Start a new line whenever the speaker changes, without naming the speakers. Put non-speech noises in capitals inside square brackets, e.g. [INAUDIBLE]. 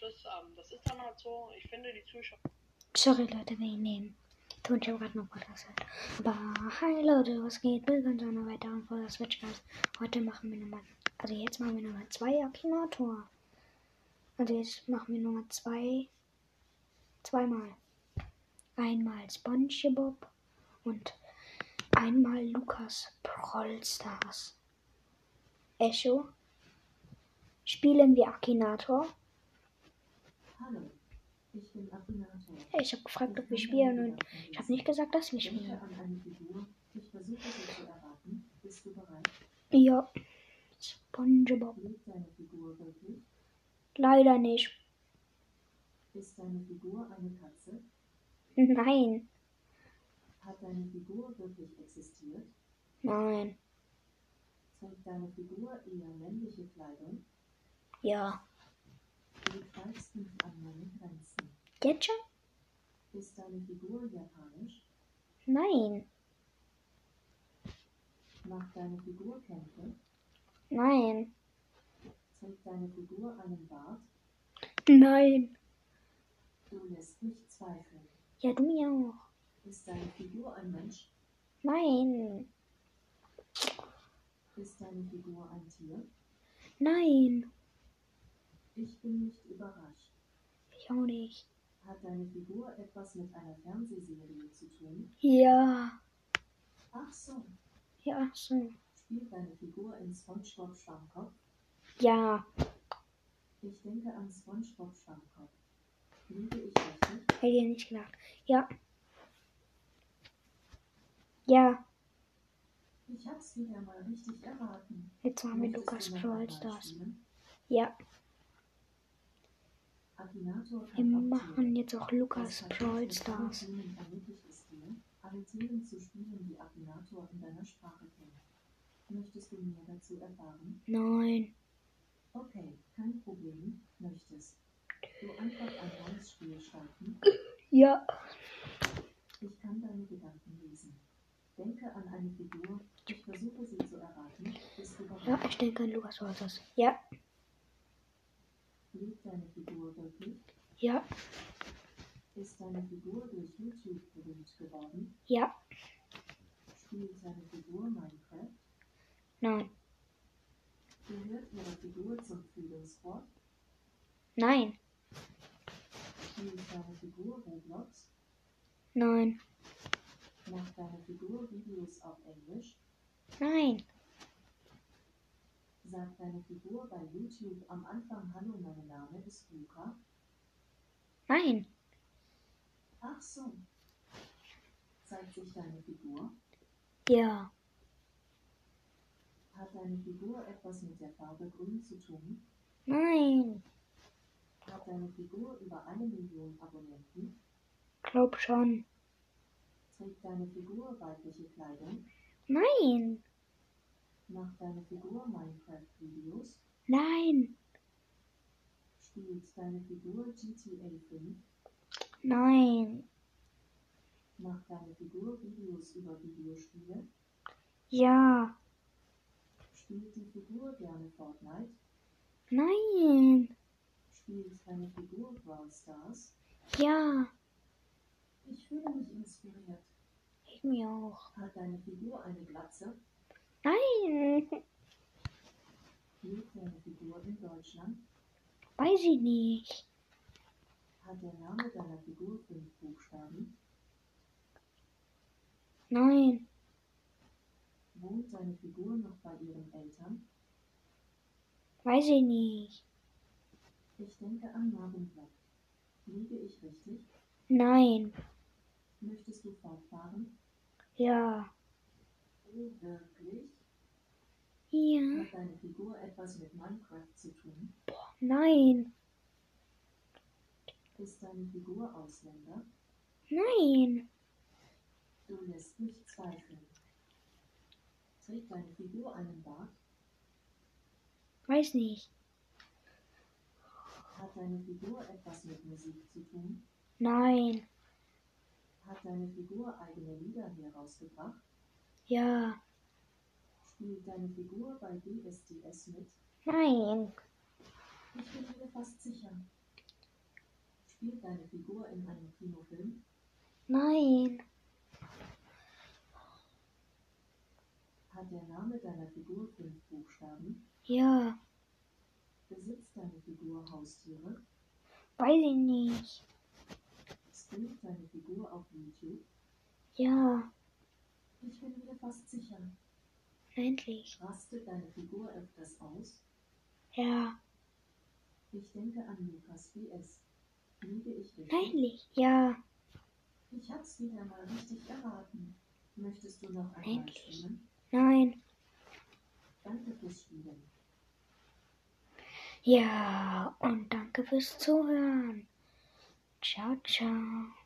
das, ähm, das ist dann halt so. Ich finde die Zuschauer.
Sorry Leute, wir nehmen. Du und ich haben gerade noch Podcast gehört. Aber hi Leute, was geht? Willkommen zu einer weiteren Folge Switchcast. Heute machen wir nochmal, also jetzt machen wir nochmal zwei Akinator. Also jetzt machen wir nochmal zwei, zweimal. Einmal SpongeBob und einmal Lukas Prollstars. Echo. Spielen wir Akinator?
Hallo, ich bin Akinator.
Ich habe gefragt, ob wir spielen und ich habe nicht gesagt, dass wir
Denke
spielen.
an eine Figur. Ich versuche sie zu erraten. Bist du bereit?
Ja. SpongeBob.
Lebt deine Figur wirklich?
Leider nicht.
Ist deine Figur eine Katze?
Nein.
Hat deine Figur wirklich existiert?
Nein.
Trägt deine Figur eher männliche Kleidung?
Ja.
Du greifst nicht an meine Grenzen.
Jetzt schon?
Ist deine Figur japanisch?
Nein.
Macht deine Figur Kämpfe?
Nein.
Trägt deine Figur einen Bart?
Nein.
Du lässt mich zweifeln.
Ja, du mir auch.
Ist deine Figur ein Mensch?
Nein.
Ist deine Figur ein Tier?
Nein.
Ich bin nicht überrascht.
Ich auch nicht.
Hat deine Figur etwas mit einer Fernsehserie zu tun?
Ja.
Ach so.
Ja, ach so.
Spielt deine Figur in SpongeBob Schwammkopf?
Ja.
Ich denke an SpongeBob Schwammkopf. Liege ich richtig?
Hätte ich nicht gedacht. Ja. Ja.
Ich hab's wieder mal richtig erraten.
Jetzt machen wir
Möchtest
Lukas
du noch
Brawl
einmal
Stars.
spielen?
Ja.
Akinator
Wir
kann auch Tiere.
machen jetzt auch Lukas
Das Paket
Brawl
mit
Stars.
allen Themen ermöglicht es dir, alle Themen zu spielen, die Akinator in deiner Sprache kennt. Möchtest du mehr dazu erfahren?
Nein.
Okay, kein Problem. Möchtest du einfach ein neues Spiel starten?
Ja.
Ich kann deine Gedanken lesen. Denke an eine Figur. Ich versuche sie zu erraten. Bist du bereit?
Ja, ich denke an Lukas Brawl Stars. Ja.
Lebt deine Figur wirklich?
Ja.
Ist deine Figur durch YouTube berühmt geworden?
Ja.
Spielt deine Figur Minecraft?
Nein.
Gehört ihre Figur zum Frühlingswort?
Nein.
Spielt deine Figur Roblox?
Nein.
Macht deine Figur Videos auf Englisch?
Nein.
Sagt deine Figur bei YouTube am Anfang Hallo, mein Name ist Luca?
Nein.
Ach so. Zeigt sich deine Figur?
Ja.
Hat deine Figur etwas mit der Farbe Grün zu tun?
Nein.
Hat deine Figur über eine Million Abonnenten?
Glaub schon.
Trägt deine Figur weibliche Kleidung?
Nein.
Macht deine Figur Minecraft-Videos?
Nein.
Spielt deine Figur GTA 5?
Nein.
Macht deine Figur Videos über Videospiele?
Ja.
Spielt die Figur gerne Fortnite?
Nein.
Spielt deine Figur Brawl Stars?
Ja.
Ich fühle mich inspiriert.
Ich mir auch.
Hat deine Figur eine Glatze?
Nein. [LAUGHS]
Lebt deine Figur in Deutschland?
Weiß ich nicht.
Hat der Name deiner Figur fünf Buchstaben?
Nein.
Wohnt deine Figur noch bei ihren Eltern?
Weiß ich nicht.
Ich denke an Marvin Black. Liege ich richtig?
Nein.
Möchtest du fortfahren?
Ja.
Oh, wirklich?
Ja.
Hat deine Figur etwas mit Minecraft zu tun?
Nein.
Ist deine Figur Ausländer?
Nein.
Du lässt mich zweifeln. Trägt deine Figur einen Bart?
Weiß nicht.
Hat deine Figur etwas mit Musik zu tun?
Nein.
Hat deine Figur eigene Lieder herausgebracht?
Ja.
Spielt deine Figur bei DSDS mit?
Nein.
Ich bin mir fast sicher. Spielt deine Figur in einem Kinofilm?
Nein.
Hat der Name deiner Figur fünf Buchstaben?
Ja.
Besitzt deine Figur Haustiere?
Weiß ich nicht.
Streamt deine Figur auf YouTube?
Ja.
Ich bin mir fast sicher.
Endlich.
Rastet deine Figur öfters aus?
Ja.
Ich denke an Lukas BS. Liege ich richtig?
Endlich. Ja.
Ich hab's wieder mal richtig erraten. Möchtest du noch einmal
Endlich.
stimmen?
Nein.
Danke fürs Spielen.
Ja. Und danke fürs Zuhören. Ciao, ciao.